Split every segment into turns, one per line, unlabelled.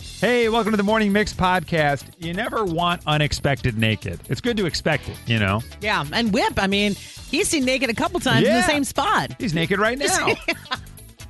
Hey, welcome to the Morning Mix podcast. You never want unexpected naked. It's good to expect it, you know.
Yeah, and Whip. I mean, he's seen naked a couple times in
Yeah.
the same spot.
He's naked right now.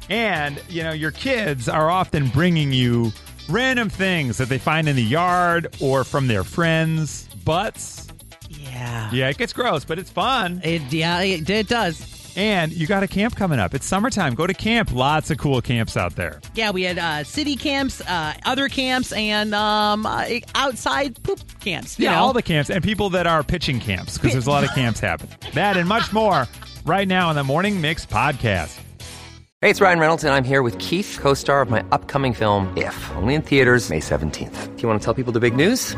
and, you know, your kids are often bringing you random things that they find in the yard or from their friends, butts.
Yeah.
Yeah, it gets gross, but it's fun.
It, yeah, it, it does.
And you got a camp coming up. It's summertime. Go to camp. Lots of cool camps out there.
Yeah, we had uh, city camps, uh, other camps, and um, uh, outside poop camps. you
Yeah,
know?
all the camps and people that are pitching camps because there's a lot of camps happening. That and much more right now on the Morning Mix podcast.
Hey, it's Ryan Reynolds, and I'm here with Keith, co star of my upcoming film, If, only in theaters, May 17th. Do you want to tell people the big news?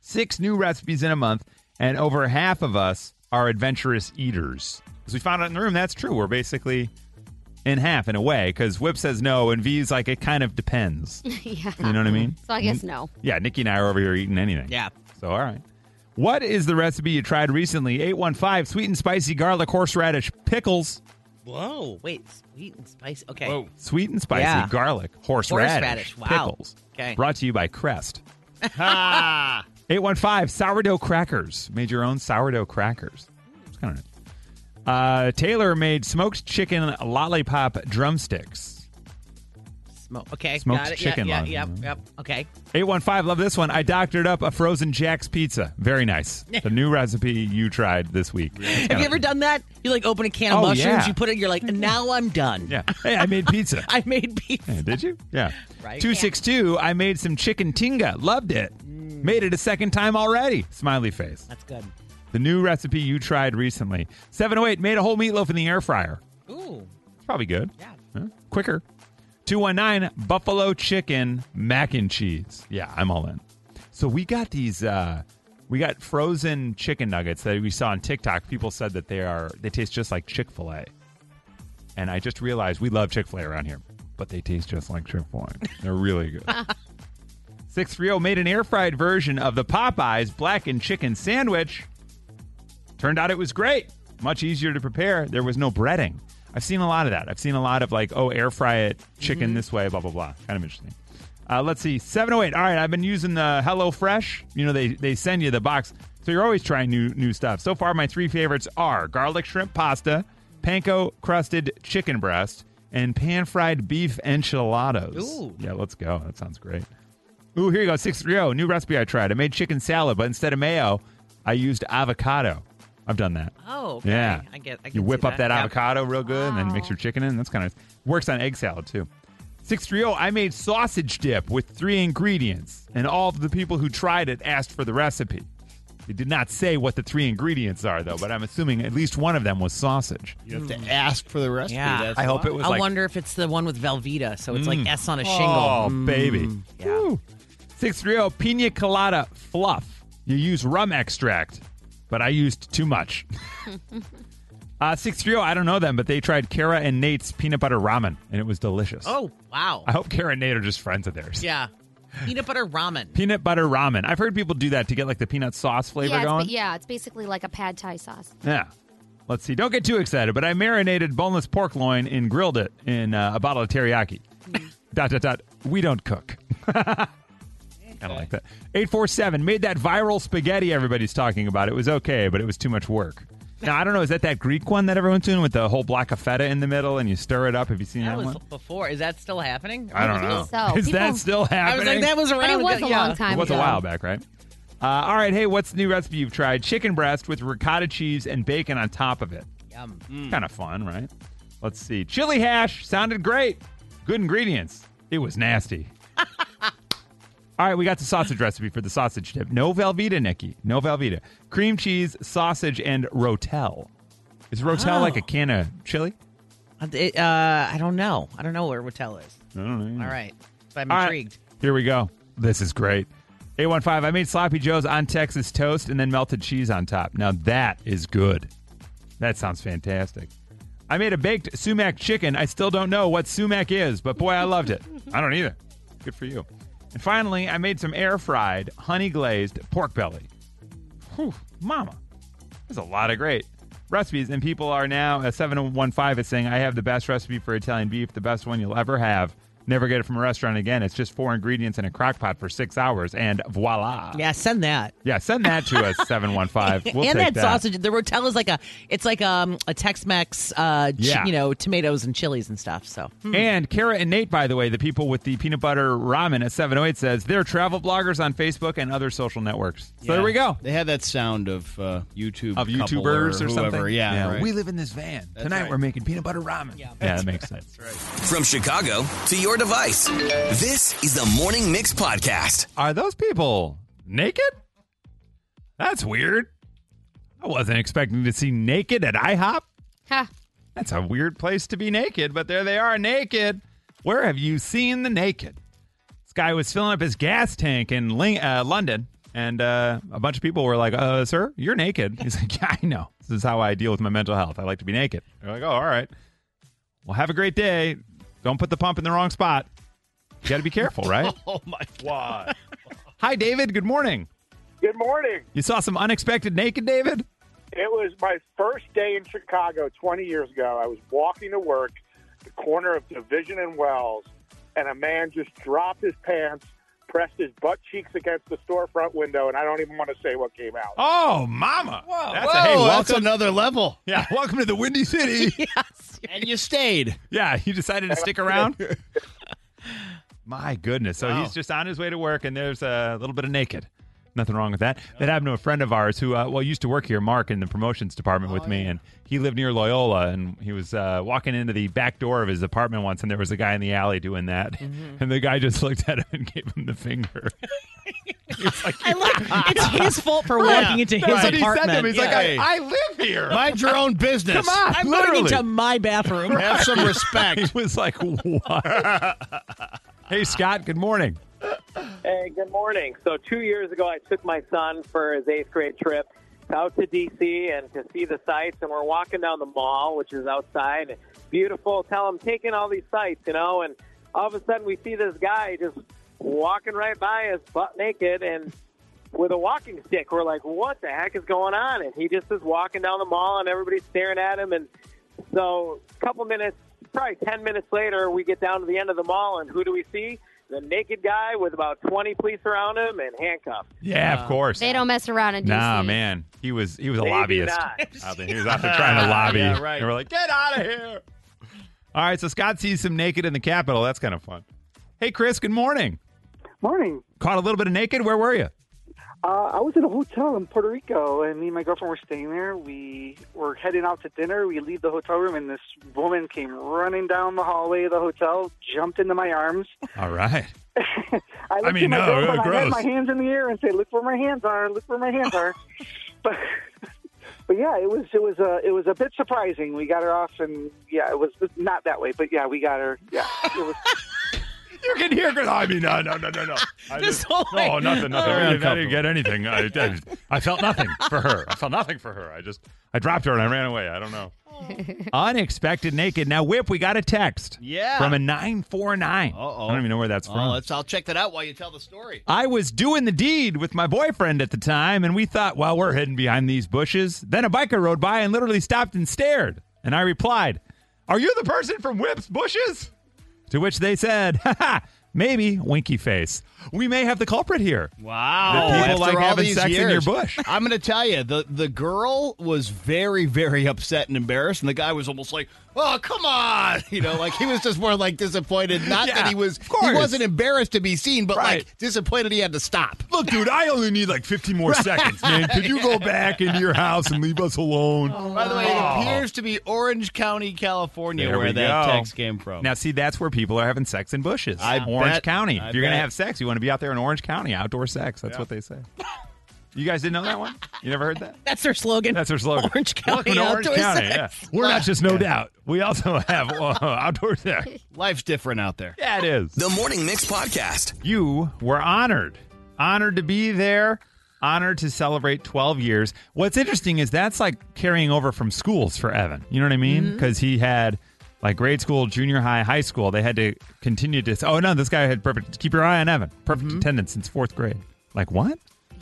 Six new recipes in a month, and over half of us are adventurous eaters. As we found out in the room, that's true. We're basically in half in a way because Whip says no, and V's like, it kind of depends.
yeah.
You know what I mean?
So I guess no.
Yeah, Nikki and I are over here eating anything.
Yeah.
So, all right. What is the recipe you tried recently? 815 sweet and spicy garlic horseradish pickles.
Whoa! Wait, sweet and spicy. Okay.
Sweet and spicy
Yeah.
garlic horseradish,
Horseradish, wow.
pickles.
Okay.
Brought to you by Crest. 815 sourdough crackers. Made your own sourdough crackers. It's kind of uh, Taylor made smoked chicken lollipop drumsticks.
Smoke. Okay.
Smoked
got it.
chicken
Yeah.
lung.
Yeah. Yep. Yep. Okay.
815, love this one. I doctored up a frozen Jack's pizza. Very nice. The new recipe you tried this week.
Have you ever done that? You like open a can of
Oh,
mushrooms,
yeah.
you put it, you're like, now I'm done.
Yeah. Hey, I made pizza.
I made pizza.
Eh, Did you? Yeah.
Right.
262, I made some chicken tinga. Loved it. Made it a second time already. Smiley face.
Mm. That's good.
The new recipe you tried recently. 708, made a whole meatloaf in the air fryer.
Ooh.
Probably good.
Yeah.
Huh? Quicker. 219, buffalo chicken mac and cheese. Yeah, I'm all in. So we got these. Uh, we got frozen chicken nuggets that we saw on TikTok. People said that they are they taste just like Chick Fil A, and I just realized we love Chick Fil A around here, but they taste just like Chick Fil A. They're really good. Six three zero made an air fried version of the Popeyes blackened chicken sandwich. Turned out it was great. Much easier to prepare. There was no breading. I've seen a lot of that. I've seen a lot of like, oh, air fry it, chicken this way, blah, blah, blah. Kind of interesting. Uh, let's see. 708. All right. I've been using the HelloFresh. You know, they, they send you the box. So you're always trying new new stuff. So far, my three favorites are garlic shrimp pasta, panko crusted chicken breast, and pan fried beef enchiladas.
Ooh.
Yeah, let's go. That sounds great. Ooh, here you go. 630. New recipe I tried. I made chicken salad, but instead of mayo, I used avocado. I've done that.
Oh, okay.
Yeah.
I get I
you
can
whip
see
up that,
Yeah.
avocado real good and then mix your chicken in. That's kind of works on egg salad too. 630. I made sausage dip with three ingredients, and all of the people who tried it asked for the recipe. They did not say what the three ingredients are, though, but I'm assuming at least one of them was sausage.
You have to ask for the recipe.
Yeah.
That's
I hope it was
I
like Mm.
wonder if it's the one with Velveeta, so it's like S on a
Oh,
shingle.
baby. Yeah. 630 oh, pina colada fluff. You use rum extract, but I used too much. uh, 630, I don't know them, but they tried Kara and Nate's peanut butter ramen, and it was delicious.
Oh, wow.
I hope Kara and Nate are just friends of theirs.
Yeah. Peanut butter ramen.
Peanut butter ramen. I've heard people do that to get like the peanut sauce flavor
yeah, it's,
going.
ba- yeah, it's basically like a pad thai sauce.
Yeah. Let's see. Don't get too excited, but I marinated boneless pork loin and grilled it in uh, a bottle of teriyaki.
Mm.
dot, dot, dot. We don't cook. Kind of like that. 847 made that viral spaghetti everybody's talking about. It was okay, but it was too much work. Now I don't know. Is that that Greek one that everyone's doing with the whole block of feta in the middle and you stir it up? Have you seen that,
That was
one?
before. Is that still happening?
I don't
I
know.
think so.
Is that
People-
still
I
happening?
was like, that was
But
around.
it was a
yeah.
long time
It was
ago.
a while back, right? Uh, all right. Hey, what's the new recipe you've tried? Chicken breast with ricotta cheese and bacon on top of it.
Yum.
Kind of fun, right? Let's see. Chili hash sounded great. Good ingredients. It was nasty. All right, we got the sausage recipe for the sausage dip. No Velveeta, Nikki. No Velveeta. Cream cheese, sausage, and rotel. Is rotel
Oh.
like a can of chili?
Uh, it- uh, I don't know. I don't know where Rattel is.
I don't know.
All right. But I'm
All right,
intrigued.
here we go. This is great. 815, I made sloppy joes on Texas toast and then melted cheese on top. Now that is good. That sounds fantastic. I made a baked sumac chicken. I still don't know what sumac is, but boy, I loved it. I don't either. Good for you. And finally, I made some air fried, honey glazed pork belly. Whew, mama. There's a lot of great recipes, and people are now at 715 is saying, I have the best recipe for Italian beef, the best one you'll ever have. Never get it from a restaurant again. It's just four ingredients in a crock pot for six hours, and voila.
Yeah, send that.
Yeah, send that to us, 715. We'll
and
take
that, sausage, the Rotel is like a, it's like um, a Tex-Mex, uh, chi-
Yeah.
you know, tomatoes and chilies and stuff. So hmm.
And Kara and Nate, by the way, the people with the peanut butter ramen at 708 says they're travel bloggers on Facebook and other social networks. So there we go.
They have that sound of uh, YouTube
Of
couple
YouTubers or,
whoever.
something.
Yeah, right.
we live in this van. Tonight
right.
we're making peanut butter ramen. Yeah, that makes sense.
From Chicago to your device, this is the Morning Mix Podcast.
Are those people naked? That's weird. I wasn't expecting to see naked at IHOP.
Ha.
That's a weird place to be naked, but there they are naked. Where have you seen the naked? This guy was filling up his gas tank in Ling- uh, London, and uh, a bunch of people were like, uh, Sir, you're naked. He's like, Yeah, I know. This is how I deal with my mental health. I like to be naked. They're like, Oh, all right. Well, have a great day. Don't put the pump in the wrong spot. You got to be careful, right?
Oh my god!
Hi, David. Good morning.
Good morning.
You saw some unexpected naked, David?
It was my first day in Chicago 20 years ago. I was walking to work, the corner of Division and Wells, and a man just dropped his pants, pressed his butt cheeks against the storefront window, and I don't even want to say what came out.
Oh, mama. Whoa. That's
Whoa,
a, hey,
that's
welcome.
another level.
yeah, welcome to the Windy City.
And you stayed.
Yeah, he decided to stick around. My goodness. So
Wow.
he's just on his way to work, and there's a little bit of naked. Nothing wrong with that. That happened to a friend of ours who, uh, well, used to work here, Mark, in the promotions department
Oh,
with me, and he lived near Loyola, and he was uh, walking into the back door of his apartment once, and there was a guy in the alley doing that,
Mm-hmm.
and the guy just looked at him and gave him the finger.
I like, it's his fault for walking into his
That's what he said
apartment.
to him. He's like, I,
Yeah.
I live here.
Mind your own business.
Come on,
I'm
literally.
going into my bathroom.
Have some
He
respect.
was like, what? hey, Scott. Good morning.
Hey, good morning. So two years ago, I took my son for his eighth grade trip out to D.C. and to see the sights. And we're walking down the mall, which is outside, beautiful. Tell him taking all these sights, you know. And all of a sudden, we see this guy just walking right by us, butt naked, and with a walking stick. We're like, what the heck is going on? And he just is walking down the mall, and everybody's staring at him. And so, a couple minutes, probably 10 minutes later, we get down to the end of the mall, and who do we see? The naked guy with about 20 police around him and handcuffed.
Yeah, of course.
They don't mess around in DC.
Nah, man, he was he was a
Maybe
lobbyist.
not.
Out there. He was out there trying to lobby.
Yeah, right.
And we're like, get out of here. All right, so Scott sees some naked in the Capitol. That's kind of fun. Hey, Chris. Good morning.
Morning.
Caught a little bit of naked. Where were you?
Uh, I was in a hotel in Puerto Rico, and me and my girlfriend were staying there. We were heading out to dinner. We leave the hotel room, and this woman came running down the hallway of the hotel, jumped into my arms.
All right.
I, looked
mean,
at my
no,
girlfriend, I
gross.
had my hands in the air and said, "Look where my hands are! Look where my hands are!" but, but yeah, it was it was a it was a bit surprising. We got her off, and yeah, it was not that way, but yeah, we got her. Yeah, it was.
You can hear. Chris. I mean, no, no, no, no, no. I
This whole
no,
way-
nothing, nothing.
Oh.
I, didn't, I didn't get anything. I, I, I felt nothing for her. I felt nothing for her. I just I dropped her and I ran away. I don't know.
Oh.
Unexpected naked. Now, Whip, we got a text.
Yeah.
From a nine four nine.
Uh-oh.
I don't even know where that's from.
Oh, let's, I'll check that out while you tell the story.
I was doing the deed with my boyfriend at the time, and we thought, well, we're hidden behind these bushes. Then a biker rode by and literally stopped and stared. And I replied, Are you the person from Whip's Bushes? To which they said, Ha ha, Maybe winky face. We may have the culprit here.
Wow.
That people
After
like
all
having
these
sex in
years.
your bush.
I'm going to tell you, the, the girl was very, very upset and embarrassed, and the guy was almost like, oh, come on. You know, like he was just more like disappointed. Not
Yeah,
that he was,
of course.
he wasn't embarrassed to be seen, but
Right.
like disappointed he had to stop.
Look, dude, I only need like 15 more seconds, man. Could you go back into your house and leave us alone?
By the way,
Oh.
it appears to be Orange County, California,
There
where
we
that
go.
text came from.
Now, see, that's where people are having sex in bushes.
I
Orange
bet.
County.
I
if you're going to
bet.
have sex, you want to be out there in Orange County, outdoor sex. That's
Yeah.
what they say. You guys didn't know that one? You never heard that?
That's their slogan.
That's their slogan.
Orange County
Welcome to Orange
outdoor
County.
sex.
yeah. We're not just no doubt. We also have uh, outdoor sex.
Life's different out there.
Yeah, it is.
The Morning Mix Podcast.
You were honored. Honored to be there. Honored to celebrate 12 years. What's interesting is that's like carrying over from schools for Evan. You know what I mean? Because he had like grade school, junior high, high school. They had to continue to say, oh, no, this guy had perfect. Keep your eye on Evan. Perfect attendance since fourth grade. Like, what?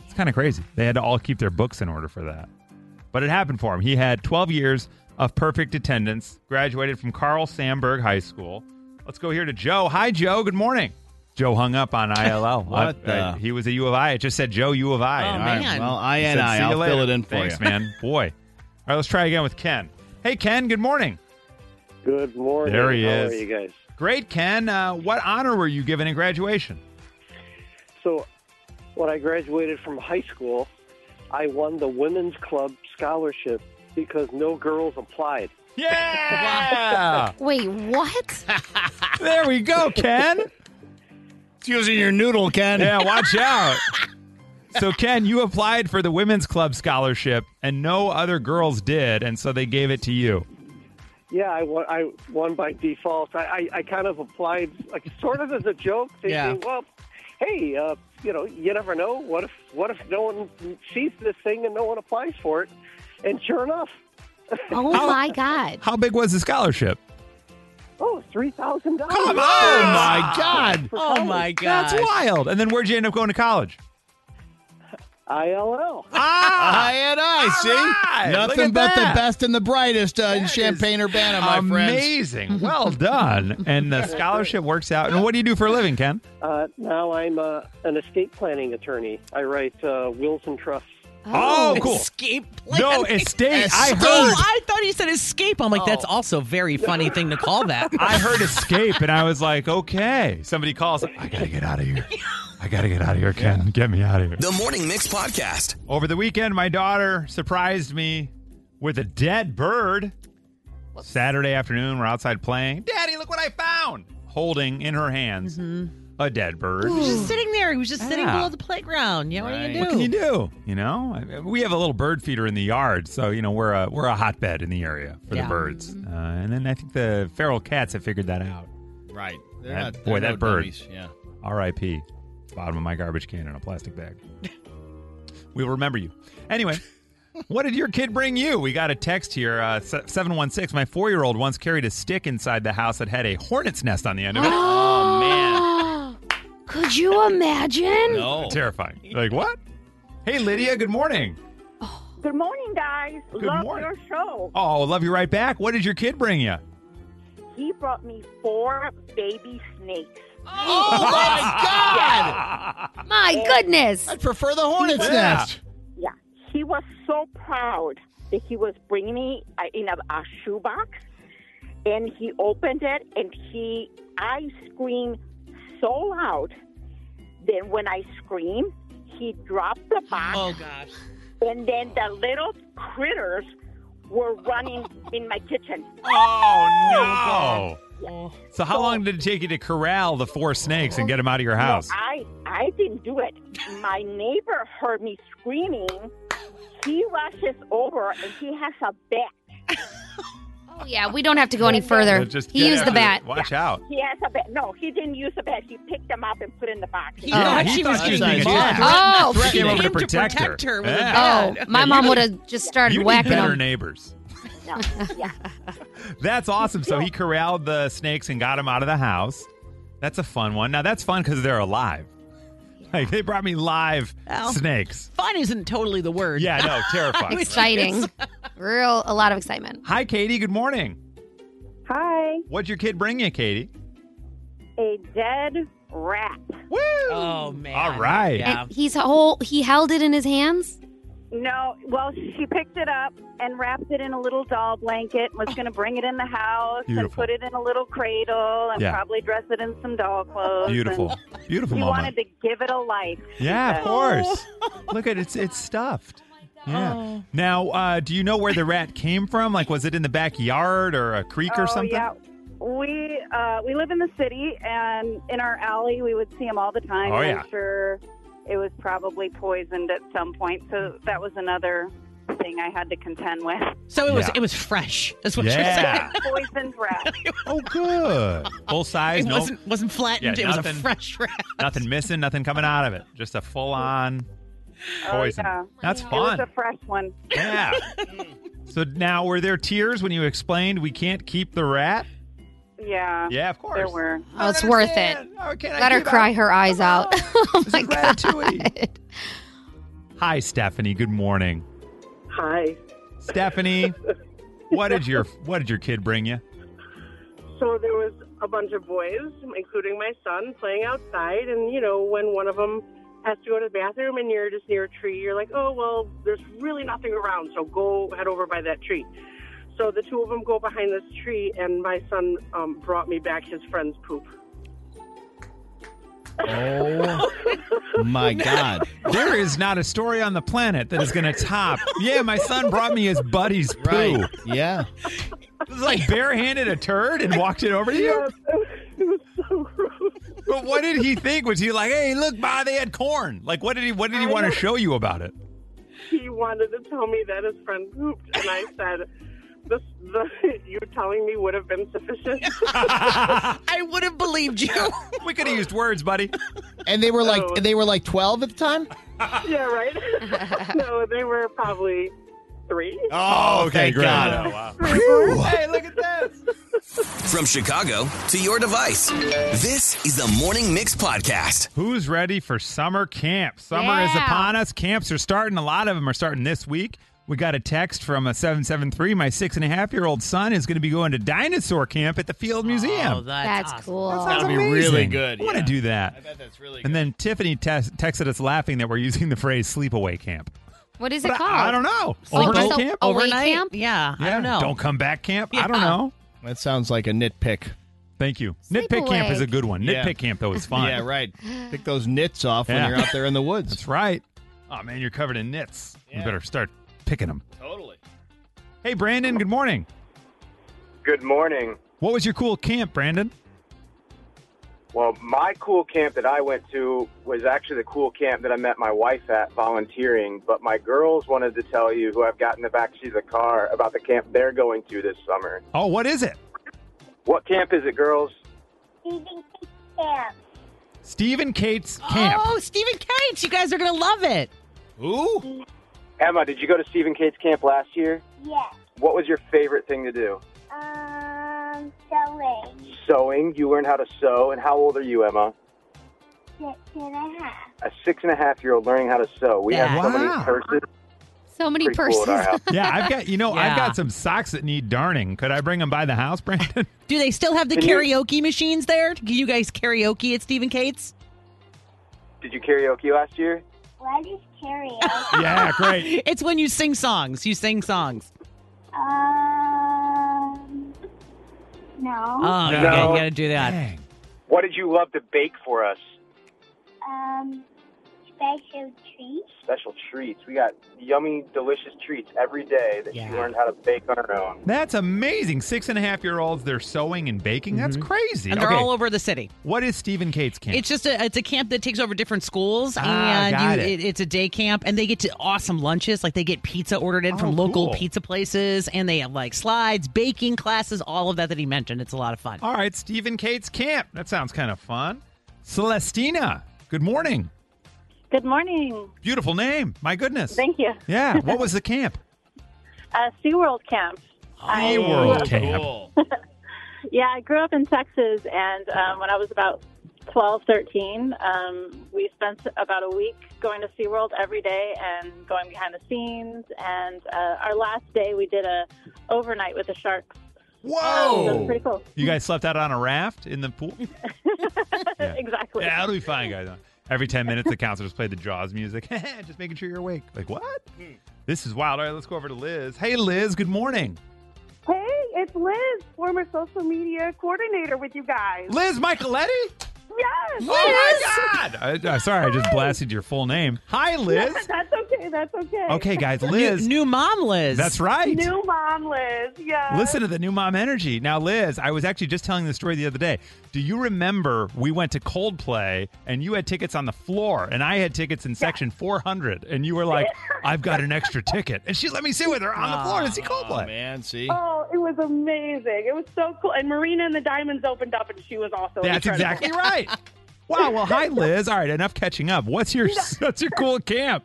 It's kind of crazy. They had to all keep their books in order for that. But it happened for him. He had 12 years of perfect attendance, graduated from Carl Sandburg High School. Let's go here to Joe. Hi, Joe. Good morning. Joe hung up on ILL.
What the-
Uh, he was a U of I. It just said Joe U of I.
Oh,
And
man.
Well, I
I
and
said,
I,
"See you
I'll fill
later."
it in for
Thanks,
you.
man. Boy. All right, let's try again with Ken. Hey, Ken. Good morning.
Good morning.
There he
How
is.
are you guys?
Great, Ken. Uh, what honor were you given in graduation?
So, when I graduated from high school, I won the women's club scholarship because no girls applied.
Yeah.
Wait, what?
there we go, Ken.
It's using your noodle, Ken.
Yeah, watch out. So, Ken, you applied for the women's club scholarship, and no other girls did, and so they gave it to you.
Yeah, I won. I won by default. I, I, I kind of applied, like sort of as a joke, thinking,
Yeah.
well, hey, uh, you know, you never know. What if what if no one sees this thing and no one applies for it? And sure enough,
Oh my God.
How big was the scholarship?
oh, three thousand dollars.
Come on!
Oh, my God.
Oh my god.
That's wild. And then where'd you end up going to college?
ILL.
Ah,
I and I, see?
right, look
Nothing
at
but
that.
the best and the brightest uh, in
That
Champaign
is
Urbana, my friends.
amazing. Well done. And the scholarship works out. And what do you do for a living, Ken?
Uh, now I'm uh, an estate planning attorney. I write uh, wills and trusts.
Oh, cool.
Escape plan.
No, estate. I
Oh,
heard.
I thought he said escape. I'm like, that's also a very funny thing to call that.
I heard escape, and I was like, okay. Somebody calls. I gotta get out of here. I gotta get out of here, Ken. Get me out of here.
The Morning Mix Podcast.
Over the weekend, my daughter surprised me with a dead bird. Saturday afternoon, we're outside playing. Daddy, look what I found! Holding in her hands a dead bird.
He was just sitting there. He was just sitting
Yeah.
below the playground. Yeah,
Right.
what
What
do
can
you
you do?
do?
You know, I- we have a little bird feeder in the yard, so you know we're a we're a hotbed in the area for
Yeah.
the birds. Uh, and then I think the feral cats have figured that out.
Right. They're
That-
not,
boy, that
they're no
bird.
dummies. Yeah.
R.I.P. Bottom of my garbage can in a plastic bag. we'll remember you. Anyway, what did your kid bring you? We got a text here. Uh, se- 716. My four year old once carried a stick inside the house that had a hornet's nest on the end of it.
Oh, man.
Could you imagine?
No.
Terrifying. Like, what? Hey, Lydia, good morning.
Good morning, guys.
Good
Love
morning.
your show.
Oh, love you right back. What did your kid bring you?
He brought me four baby snakes.
Oh, my God.
My goodness.
I prefer the hornet's
Yeah.
nest.
Yeah, he was so proud that he was bringing me uh, in a, a shoebox, and he opened it, and he I screamed so loud. Then when I screamed, he dropped the box.
Oh gosh.
And then the little critters were running in my kitchen.
Oh, no. So, how
So-
long did it take you to corral the four snakes and get them out of your house?
No, I I didn't do it. My neighbor heard me screaming. He rushes over and he has a bat.
Oh, yeah, we don't have to go any further.
Just
He
get
used the
after
bat.
it. Watch out.
He has a bat. No, he didn't use a bat. He picked them up and put in the box.
He
Yeah,
thought
he
she
thought
was
she was
getting
being
attacked.
attacked.
Oh,
Came over
Came
to protect,
protect her. with a
Yeah.
Oh,
bat.
my
you
mom
need-
would have just started
You need
whacking
better
him.
neighbors.
No, yeah.
That's awesome. So he corralled the snakes and got them out of the house. That's a fun one. Now that's fun because they're alive. Like they brought me live
Well.
snakes.
Oh, Fun isn't totally the word.
Yeah, no, terrifying.
Exciting. Real, a lot of excitement.
Hi, Katie. Good morning.
Hi,
What'd your kid bring you, Katie?
a dead wrap.
Woo! Oh man!
All right.
And he's whole. He held it in his hands.
No, well, she picked it up and wrapped it in a little doll blanket and was going to bring it in the house and
Beautiful.
put it in a little cradle and
Yeah.
probably dress it in some doll clothes.
Beautiful.
and
Beautiful
He
moment.
wanted to give it a life. she
Yeah, of
said.
course. Look at it, it's it's stuffed. Yeah.
Oh.
Now, uh, do you know where the rat came from? Like, was it in the backyard or a creek or
Oh,
something?
Yeah. We uh, we live in the city, and in our alley, we would see them all the time.
Oh,
and
yeah.
I'm sure it was probably poisoned at some point. So that was another thing I had to contend with.
So it was
Yeah.
it was fresh. That's what
Yeah.
you're
saying. Poisoned rat.
Oh, good. Full size.
It
no,
wasn't wasn't flattened.
Yeah,
it was a
nothing.
fresh wrap.
nothing missing, nothing coming out of it. Just a full on poison.
Oh, yeah.
That's
It was
fun.
a fresh one.
yeah. So now, were there tears when you explained we can't keep the rat?
Yeah.
Yeah, of course. Oh,
There were.
Oh, it's worth it. Let her cry her eyes out. oh my god.
Hi, Stephanie. Good morning,
Hi.
Stephanie. what did your What did your kid bring you?
So there was a bunch of boys, including my son, playing outside. And, you know, when one of them has to go to the bathroom and you're just near a tree, you're like, oh, well, there's really nothing around. So go head over by that tree. So the two of them go behind this tree, and my son um, brought me back his friend's poop.
Oh my God.
There is not a story on the planet that is going to top. Yeah, my son brought me his buddy's poo.
Right. Yeah.
It was like barehanded a turd and walked it over to you.
It was so gross.
But what did he think? Was he like, "Hey, look, ma, they had corn"? Like, what did he What did he want to show you about it?
he wanted to tell me that his friend pooped, and I said, "This, the you telling me would have been sufficient."
I would have believed you.
we could have used words, buddy.
And they were like they were like twelve at the time.
yeah, right. no, they were probably three.
Oh, okay,
thank
great.
God.
Oh, wow.
hey,
look at this.
From Chicago to your device, this is the Morning Mix Podcast.
Who's ready for summer camp? Summer is
Yeah.
upon us. Camps are starting. A lot of them are starting this week. We got a text from a 773. My six and a half year old son is going to be going to dinosaur camp at the Field Museum.
That's, cool.
That sounds
Oh, be really
amazing.
good,
I want to
yeah.
do that.
I bet that's really
And then Tiffany te- texted us laughing that we're using the phrase sleepaway camp.
What is it
But I-
called?
I don't know.
Overnight
Overnight camp?
Oh,
Overnight
Overnight?
camp?
Yeah,
Yeah, Don't come back camp. I don't
Yeah.
know.
That sounds like a nitpick.
Thank you. Nitpick camp is a good one.
Yeah.
Nitpick camp though is fun.
Yeah, right. Pick those nits off
Yeah.
when you're out there in the woods.
That's right. Oh man, you're covered in nits. You better start picking them.
Totally.
Hey Brandon, good morning.
Good morning.
What was your cool camp, Brandon?
Well, my cool camp that I went to was actually the cool camp that I met my wife at volunteering, but my girls wanted to tell you, who I've got in the backseat of the car, about the camp they're going to this summer.
Oh, what is it?
What camp is it, girls?
Stephen Kate's camp.
Oh, Stephen Cates, you guys are gonna love it.
Ooh.
Emma, did you go to Stephen Kate's camp last year?
Yeah.
What was your favorite thing to do?
Um, sewing.
Sewing. You learned how to sew. And how old are you, Emma?
Six and a half.
A six and a half year old learning how to sew. We have
Yeah.
so many
Wow.
purses.
So many
Pretty cool
purses.
at our house.
yeah, I've got you know,
Yeah.
I've got some socks that need darning. Could I bring them by the house, Brandon?
Do they still have the
Can you-
karaoke machines there? Do you guys karaoke at Stephen Cates?
Did you karaoke last year?
What is karaoke?
Yeah, great.
it's when you sing songs. You sing songs.
um, no.
Uh,
Oh, you, gotta, you gotta do that.
What did you love to bake for us?
Um, special treat.
Special treats. We got yummy, delicious treats every day that she learned how to bake on her own.
That's amazing. Six and a half year olds, they're sewing and baking. That's crazy.
Mm-hmm. And they're
Okay,
all over the city.
What is Stephen Kate's camp?
It's just a it's a camp that takes over different schools,
Ah, got
and you,
it.
it's a day camp, and they get to awesome lunches. Like they get pizza ordered in
Oh,
from local
cool.
pizza places, and they have like slides, baking classes, all of that that he mentioned. It's a lot of fun.
all right, Stephen Kate's camp. That sounds kind of fun. Celestina, good morning.
Good morning.
Beautiful name. My goodness.
Thank you.
Yeah. What was the camp?
Uh, SeaWorld Camp. I grew
SeaWorld
up-
camp.
Yeah, I grew up in Texas, and um, when I was about 12, 13, um, we spent about a week going to SeaWorld every day and going behind the scenes. And uh, our last day, we did a overnight with the sharks. Um, so it's pretty cool.
You guys slept out on a raft in the pool?
exactly.
Yeah, it'll be fine, guys. Every 10 minutes, the counselor just played the Jaws music. just making sure you're awake. Like, what? This is wild. All right, let's go over to Liz. Hey, Liz, good morning.
Hey, it's Liz, former social media coordinator with you guys.
Liz Micheletti?
Yes.
Oh, my God. I, I, sorry, I just blasted your full name. Hi, Liz.
that's okay. That's okay.
Okay, guys, Liz.
New mom Liz.
That's right.
New mom, Liz. Yeah.
Listen to the new mom energy. Now, Liz, I was actually just telling this story the other day. Do you remember we went to Coldplay and you had tickets on the floor and I had tickets in section 400 and you were like, I've got an extra ticket. And she let me sit with her on the floor to see Coldplay.
man, see?
Oh, it was amazing. It was so cool. And Marina and the Diamonds opened up, and she was also.
That's
incredible.
exactly right. Wow. Well, hi, Liz. All right, enough catching up. What's your what's your cool camp?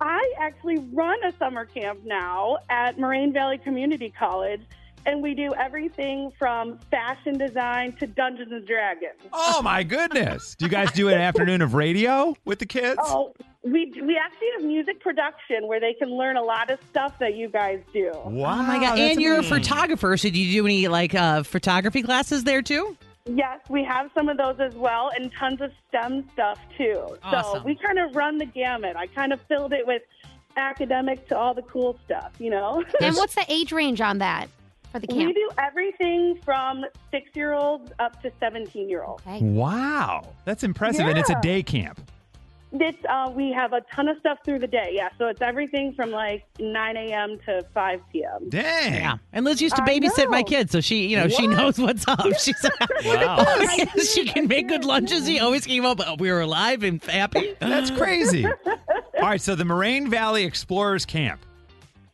I actually run a summer camp now at Moraine Valley Community College, and we do everything from fashion design to Dungeons and Dragons.
Oh my goodness! Do you guys do an afternoon of radio with the kids?
Oh, we we actually have music production where they can learn a lot of stuff that you guys do.
Wow!
Oh my god!
that's
And you're a
amazing.
photographer, so do you do any like uh, photography classes there too?
Yes, we have some of those as well, and tons of STEM stuff too.
Awesome.
So we kind of run the gamut. I kind of filled it with academic to all the cool stuff, you know.
And what's the age range on that for the
We
camp?
do everything from six year olds up to 17 year olds.
Wow, that's impressive, and it's a
Yeah.
day camp.
It's, uh, we have a ton of stuff through the day. Yeah, so it's everything from like 9 a.m. to 5 p.m.
Dang.
Yeah. And Liz used to
I
babysit my
know.
kids, so she, you know, she
What?
knows what's up. She's
Wow.
she can make good lunches. She always came up. uh, We were alive and happy.
That's crazy. All right, so the Moraine Valley Explorers Camp.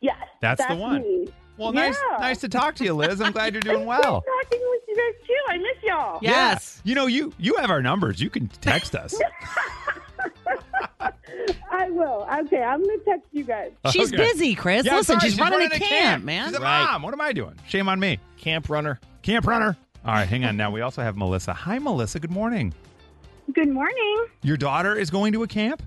Yes.
That's the one.
me.
Well, nice,
Yeah.
nice to talk to you, Liz. I'm glad you're doing well.
Nice talking with you guys too. I miss y'all.
Yeah. You know, you you have our numbers. You can text us.
I will. Okay, I'm going to text you guys.
She's busy, Chris.
I'm
Listen,
sorry,
she's running a camp, man.
She's a
Right.
mom. What am I doing? Shame on me. Camp runner. Camp runner. All right, hang on. Now we also have Melissa. Hi, Melissa. Good morning.
Good morning.
Your daughter is going to a camp.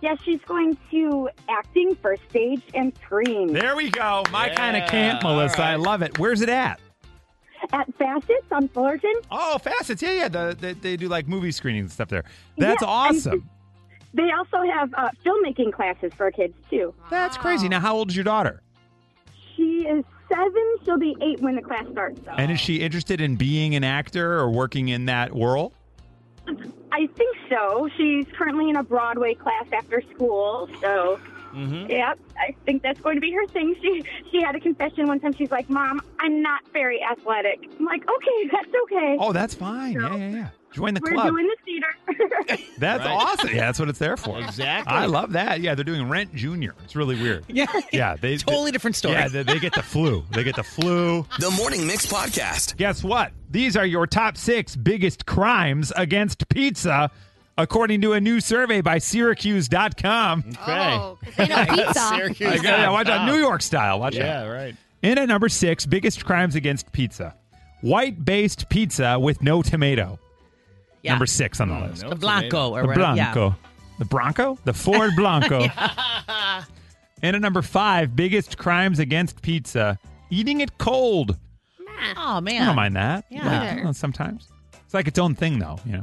Yes, she's going to acting for stage and screen.
There we go. My kind of camp, Melissa. I love it. Where's it at?
At Facets on Fullerton.
Oh, Facets. Yeah, yeah. The, they, they do like movie screenings and stuff there. That's awesome.
They also have uh, filmmaking classes for kids, too.
That's crazy. Now, how old is your daughter?
She is seven. She'll be eight when the class starts. So.
And is she interested in being an actor or working in that world?
I think so. She's currently in a Broadway class after school. So,
Mm-hmm.
yep, I think that's going to be her thing. She she had a confession one time. She's like, Mom, I'm not very athletic. I'm like, okay, that's okay.
Oh, that's fine. Yeah, yeah, yeah. Join the
We're
club.
doing the theater.
That's
Right.
awesome. Yeah, that's what it's there for.
Exactly.
I love that. Yeah, they're doing Rent Junior. It's really weird.
Yeah.
Yeah. They
Totally different story.
Yeah, they, they get the flu. They get the flu.
The Morning Mix Podcast.
Guess what? These are your top six biggest crimes against pizza, according to a new survey by Syracuse.com.
Okay.
Oh,
they know
pizza.
I
Syracuse.
got yeah, Watch out.
dot com.
New York style. Watch
Yeah,
out.
right.
In at number six, biggest crimes against pizza white based pizza with no tomato.
Yeah.
Number six on the list.
The Blanco tomato. or
the
whatever, yeah.
Blanco. The Bronco? The Ford Blanco. And at number five, biggest crimes against pizza eating it cold.
Oh man,
I don't mind that.
Yeah.
Like,
Neither.
you know, sometimes it's like its own thing, though. You know.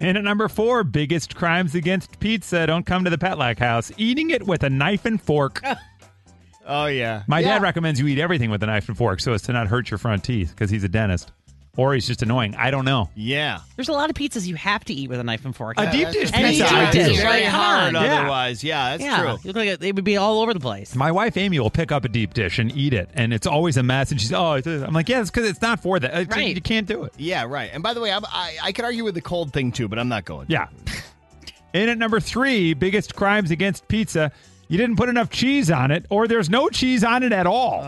And at number four, biggest crimes against pizza. Don't come to the Petlack house. Eating it with a knife and fork.
Oh, yeah.
My dad recommends you eat everything with a knife and fork so as to not hurt your front teeth because he's a dentist, or he's just annoying. I don't know.
Yeah.
There's a lot of pizzas you have to eat with a knife and fork.
A
Yeah,
deep
that's
dish
just- and
pizza,
a deep
I
dish,
do.
right?
Very
Come
hard
on.
Yeah.
Otherwise, yeah, that's
Yeah.
true.
You look like it- it would be all over the place.
My wife Amy will pick up a deep dish and eat it, and it's always a mess. And she's oh, it's this." I'm like, yeah, it's because it's not for that. It's- You can't do it.
Yeah, right. And by the way, I'm, I I could argue with the cold thing too, but I'm not going.
Yeah. In at number three, biggest crimes against pizza. You didn't put enough cheese on it, or there's no cheese on it at all.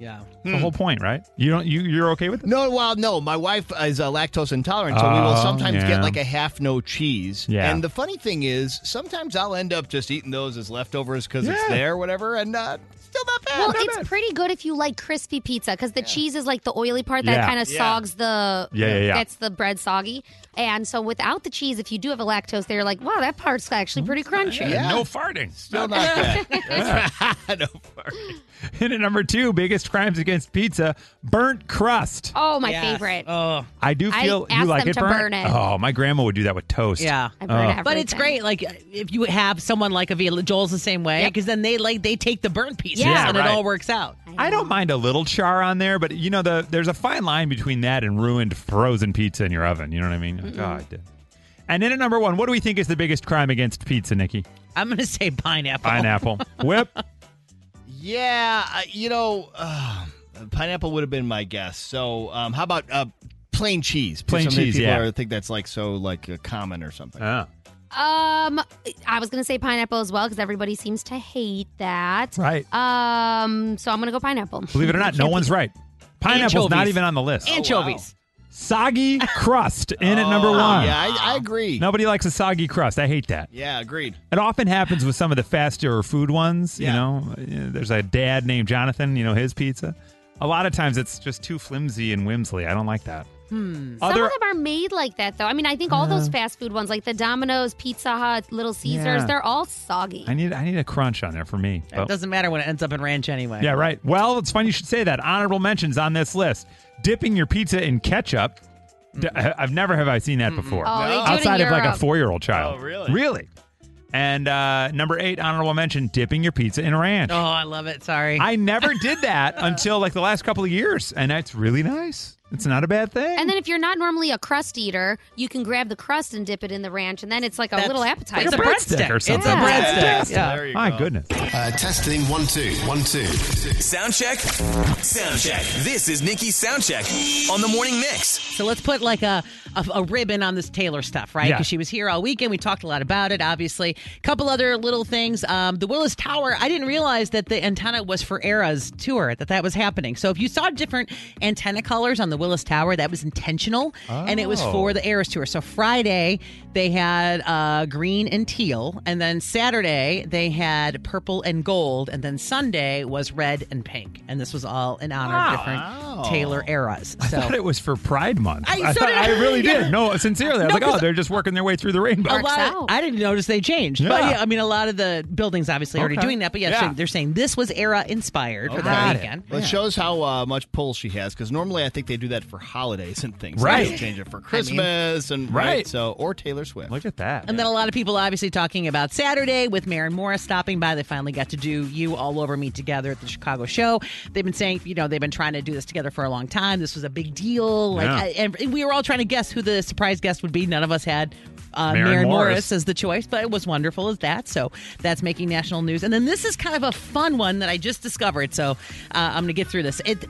yeah.
The whole point, right? You don't. You you're okay with it?
No, well, no. My wife is uh, lactose intolerant, so we will
Oh,
sometimes
yeah.
get like a half no cheese.
Yeah.
And the funny thing is, sometimes I'll end up just eating those as leftovers because
Yeah.
it's there, whatever. And uh, still not bad.
Well,
not
it's
bad.
pretty good if you like crispy pizza because the cheese is like the oily part that
Yeah.
kind of
Yeah.
sogs the
Yeah, yeah, yeah.
gets the bread soggy. And so without the cheese, if you do have a lactose, they're like, wow, that part's actually pretty crunchy.
And No farting.
Still not bad.
And at number two, biggest crimes against against pizza, burnt crust.
Oh, my favorite.
Oh,
I do
I
feel you
asked
like
them
it
to
burnt.
burn it.
Oh, my grandma would do that with toast.
Yeah,
Oh.
but it's great. Like if you have someone like Avila Joel's the same way, because then they like they take the burnt pieces
Yeah,
and
right.
it all works out.
I don't mind a little char on there, but you know the there's a fine line between that and ruined frozen pizza in your oven. You know what I mean? Oh,
Mm-mm.
God. And then at number one, what do we think is the biggest crime against pizza, Nikki?
I'm gonna say pineapple.
Pineapple whip.
Yeah, I- you know, uh, pineapple would have been my guess. So, um, how about uh, plain cheese?
Plain
Some of the
cheese,
People
yeah.
are, think that's like so like uh, common or something.
Ah.
Um, I was gonna say pineapple as well because everybody seems to hate that.
Right.
Um, so I'm gonna go pineapple.
Believe it or not, no one's right. Pineapple's not
Anchovies.
even on the list.
Anchovies.
Soggy crust in at
Oh,
number one.
Um, yeah, I, I agree.
Nobody likes a soggy crust. I hate that.
Yeah, agreed.
It often happens with some of the faster food ones. You know, Uh, there's a dad named Jonathan. You know his pizza. A lot of times it's just too flimsy and whimsy. I don't like that.
Hmm. Some
Other-
of them are made like that, though. I mean, I think all those fast food ones, like the Domino's, Pizza Hut, Little Caesars,
Yeah.
they're all soggy.
I need I need a crunch on there for me.
It doesn't matter when it ends up in ranch anyway.
Oh. Yeah, right. Well, it's funny you should say that. Honorable mentions on this list: dipping your pizza in ketchup. D- I- I've never have I seen that before.
Oh, they do it in
Outside of like a
Europe.
four-year-old child. Oh, really? Really. And uh, number eight, honorable mention: dipping your pizza in ranch.
Oh, I love it. Sorry.
I never did that until like the last couple of years, and that's really nice. It's not a bad thing.
And then if you're not normally a crust eater, you can grab the crust and dip it in the ranch, and then it's like a little appetizer.
Like a breadstick or something.
breadstick.
Yeah. My goodness.
Uh, testing one two one two. Sound check. Sound check. This is Nikki's sound check on the morning mix.
So let's put like a, a, a ribbon on this Taylor stuff, right?
Yeah.
Because she was here all weekend. We talked a lot about it, obviously. A couple other little things. Um, the Willis Tower, I didn't realize that the antenna was for Era's tour, that that was happening. So if you saw different antenna colors on the Willis Tower, that was intentional. And it was
Oh.
for the Era's tour. So Friday, they had uh, green and teal. And then Saturday, they had purple and gold. And then Sunday was red and pink. And this was all in honor of different Taylor eras. So.
I thought it was for Pride Month.
I- so
thought,
did
I
I.
really
Yeah.
did. No, sincerely, I was
No,
like, oh,
'cause- Oh,
they're just working their way through the rainbow.
A lot of- I didn't notice they changed. But
Yeah.
yeah, I mean, a lot of the buildings obviously already
Okay.
doing that. But yeah,
Yeah.
so they're saying this was era inspired for
Got
that
it.
weekend.
Well, It shows how uh, much pull she has because normally I think they do that for holidays and things. They
Right.
just change it for
I mean-
Christmas and right.
Right.
So or Taylor Swift.
Look at that.
And then a lot of people obviously talking about Saturday with Maren Morris stopping by. They finally got to do You All Over Me together at the Chicago show. They've been saying, you know, they've been trying to do this together for a long time. This was a big deal. Like,
Yeah.
I- and we were all trying to guess who the surprise guest would be. None of us had uh,
Maren
Maren
Morris.
Morris as the choice, but it was wonderful as that. So that's making national news. And then this is kind of a fun one that I just discovered. So uh, I'm going to get through this. It,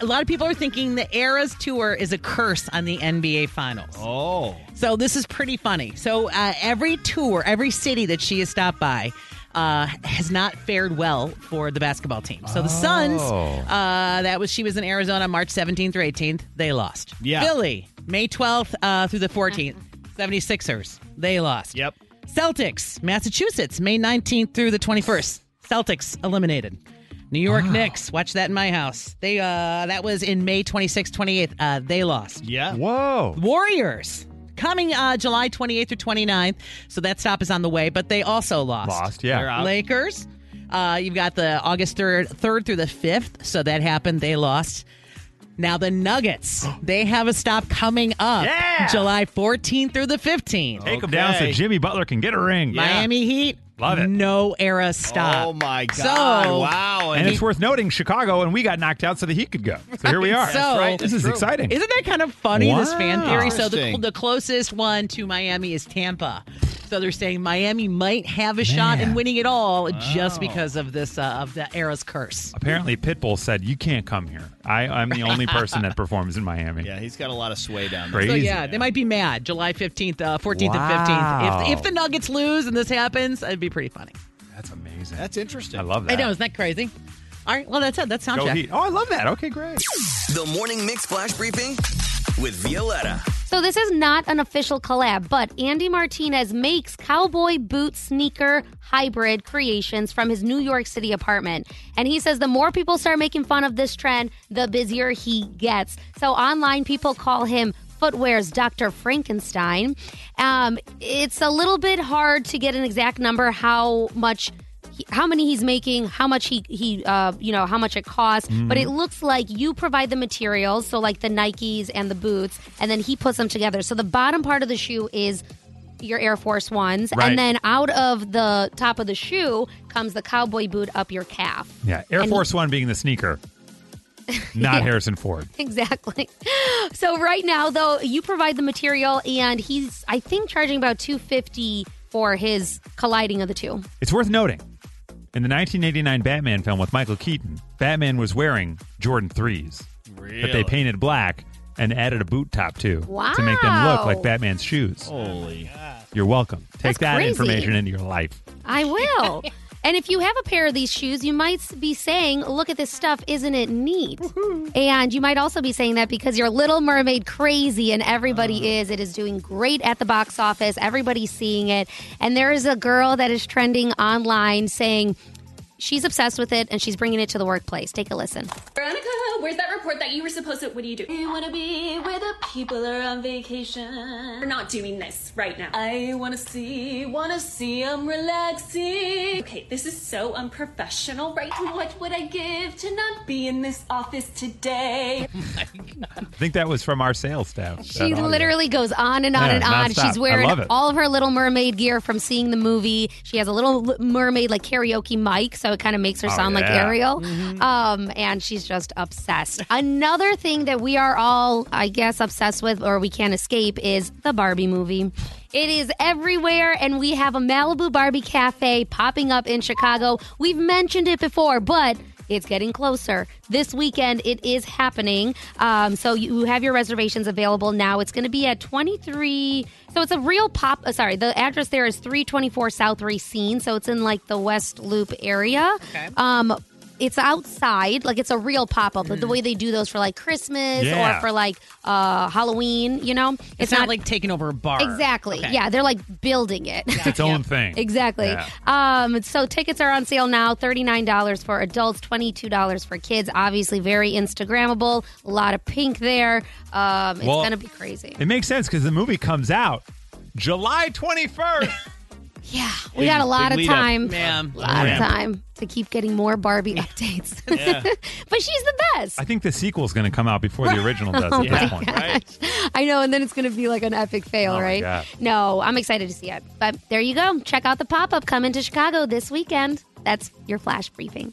a lot of people are thinking the Eras tour is a curse on the NBA Finals.
Oh.
So this is pretty funny. So uh, every tour, every city that she has stopped by, uh, has not fared well for the basketball team. So the Suns,
Oh.
uh, that was she was in Arizona March 17th or 18th. They lost.
Yeah.
Philly May 12th uh, through the 14th. 76ers. They lost. Yep. Celtics Massachusetts May 19th through the 21st. Celtics eliminated. New York Knicks. Watch that in my house. They uh, that was in May 26th, 28th. Uh, they lost.
Yeah.
Whoa.
Warriors. Coming uh, July 28th through 29th. So that stop is on the way, but they also lost.
Lost, yeah. They're out.
Lakers. Uh, you've got the August 3rd, 3rd through the 5th. So that happened. They lost. Now the Nuggets. They have a stop coming up
Yeah! Oh,
July 14th through the 15th.
Take them down so Jimmy Butler can get a ring.
Miami Heat.
Love it.
No era stop.
Oh,
my
So,
And, it's worth noting Chicago and we got knocked out so the Heat could go. So here we are.
So
This is exciting.
Isn't that kind of funny? This fan
Wow.
theory. So the,
Interesting.
the closest one to Miami is Tampa. So they're saying Miami might have a shot in winning it all just because of this uh, of the era's curse.
Apparently, Pitbull said, You can't come here. I, I'm the only person that performs in Miami.
Yeah, he's got a lot of sway down
there.
So
Crazy.
yeah, they might be mad. July fifteenth, uh, fourteenth,
Wow.
and fifteenth. If, if the Nuggets lose and this happens, it'd be pretty funny.
That's amazing.
That's interesting.
I love that.
I know, isn't that crazy? All right, well that's it. That's sound
Go
check.
Heat. Oh, I love that. Okay, great.
The morning mix flash briefing with Violetta.
So this is not an official collab, but Andy Martinez makes cowboy boot sneaker hybrid creations from his New York City apartment. And he says the more people start making fun of this trend, the busier he gets. So online people call him Footwear's Dr. Frankenstein. Um, it's a little bit hard to get an exact number how much he- how many he's making, how much he he uh, you know how much it costs.
Mhm.
But it looks like you provide the materials, so like the Nikes and the boots, and then he puts them together. So the bottom part of the shoe is your Air Force Ones,
Right.
and then out of the top of the shoe comes the cowboy boot up your calf.
Yeah, Air
And-
Force One being the sneaker, not Harrison Ford.
Exactly. So right now though, you provide the material and he's I think charging about 250 for his colliding of the two.
It's worth noting in the 1989 Batman film with Michael Keaton, Batman was wearing Jordan 3s that
Really?
they painted black and added a boot top to to make them look
Wow.
like Batman's shoes. Holy. You're welcome. Take
That's
that
crazy.
information into your life.
I will. and if you have a pair of these shoes, you might be saying, "Look at this stuff, isn't it neat?" And you might also be saying that because you're Little Mermaid crazy and everybody is. It is doing great at the box office. Everybody's seeing it. And there is a girl that is trending online saying she's obsessed with it and she's bringing it to the workplace. Take a listen.
Veronica, where's that report that you were supposed to? What do you do? I want to be where the people are on vacation. We're not doing this right now. I want to see, want to see, I'm relaxing. Okay, this is so unprofessional, right? What would I give to not be in this office today?
I think that was from our sales staff.
She
that audio.
literally goes on and on
Yeah,
and on.
nonstop.
She's
I
wearing
love it.
all of her Little Mermaid gear from seeing the movie. She has a Little L- Mermaid like karaoke mic, so it kind of makes her
Oh,
sound like
yeah.
Ariel. Um, and she's just obsessed. Another thing that we are all, I guess, obsessed with or we can't escape is the Barbie movie. It is everywhere, and we have a Malibu Barbie Cafe popping up in Chicago. We've mentioned it before, but it's getting closer. This weekend, it is happening. Um, so you have your reservations available now. It's going to be at 23. So it's a real pop. Uh, sorry, the address there is 324 South Racine. So it's in like the West Loop area.
Okay.
Um, it's outside, like it's a real pop up, the way they do those for like Christmas
Mm. Yeah.
or for like uh, Halloween. You know,
It's, not, like taking over a bar.
Exactly.
Okay.
Yeah, they're like building it.
It's its own thing.
Exactly.
Yeah.
Um, so tickets are on sale now $39 for adults, $22 for kids. Obviously, very Instagrammable. A lot of pink there. Um, it's
Well-
going to be crazy.
It makes sense because the movie comes out July 21st.
Yeah. We
Big-
got a lot
big
of
lead up.
time.
Ma'am.
A lot
Ramp.
of time to keep getting more Barbie updates. but she's the best.
I think the sequel's going to come out before the original does at
Oh
this
my
point.
I know, and then it's going to be like an epic fail,
Oh my
right?
God.
No, I'm excited to see it. But there you go. Check out the pop up coming to Chicago this weekend. That's your flash briefing.